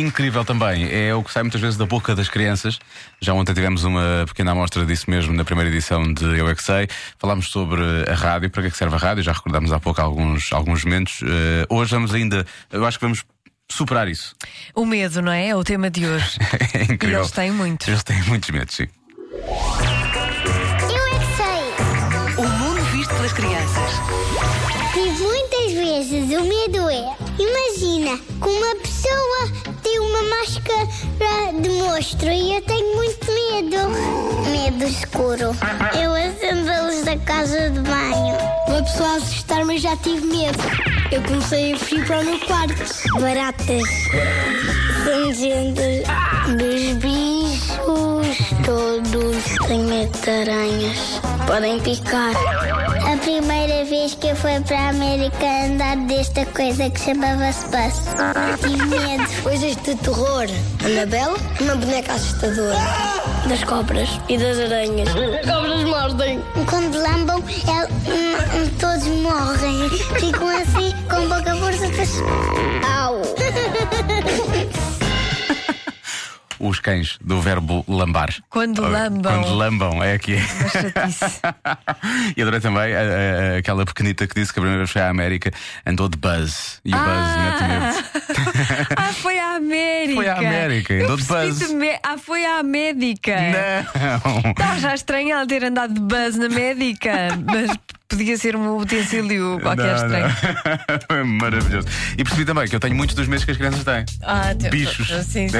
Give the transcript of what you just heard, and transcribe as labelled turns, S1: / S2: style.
S1: incrível também. É o que sai muitas vezes da boca das crianças. Já ontem tivemos uma pequena amostra disso mesmo na primeira edição de Eu é que Sei. Falámos sobre a rádio, para que é que serve a rádio, já recordámos há pouco alguns, alguns momentos. Eh, hoje vamos ainda, eu acho que vamos superar isso.
S2: O medo, não é? É o tema de hoje.
S1: É incrível.
S2: eles têm muitos.
S1: Eles têm muitos medos, sim.
S3: Eu é que sei.
S4: O mundo visto pelas crianças.
S3: E muitas vezes o medo é. Imagina que uma pessoa tem uma máscara de monstro e eu tenho muito medo. Medo escuro. Eu acendo a luz da casa de banho. Uma pessoa a assustar, mas já tive medo. Eu comecei a fugir para o meu quarto. Baratas. Sangentas. Dos bichos. Todos têm medo de aranhas. Podem picar. A primeira vez que eu fui para a América andar desta coisa que chamava-se bus. Tive medo. Coisas de terror. Anabela, uma boneca assustadora. Das cobras e das aranhas. As cobras mordem. Quando lambam, el- hum, hum, todos morrem. Ficam assim, com pouca força. faz- Au!
S1: Os cães do verbo lambar.
S2: Quando
S1: Ou-
S2: lambam.
S1: Quando lambam, é aqui.
S2: Uma chatice.
S1: e adorei também a- a- aquela pequenita que disse que a primeira vez foi à América andou de buzz. E o buzz mete medo.
S2: ah, foi à América.
S1: Foi à América,
S2: Eu
S1: dou de
S2: percebi
S1: buzz.
S2: de me- Ah, foi à Médica.
S1: Não!
S2: Estava já estranho ela ter andado de buzz na Médica, mas podia ser um utensílio qualquer
S1: Não,
S2: estranho.
S1: não. É Maravilhoso. E percebi também que eu tenho muitos dos medos que as crianças têm.
S2: Ah, te-
S1: Bichos.
S2: Sim, sim.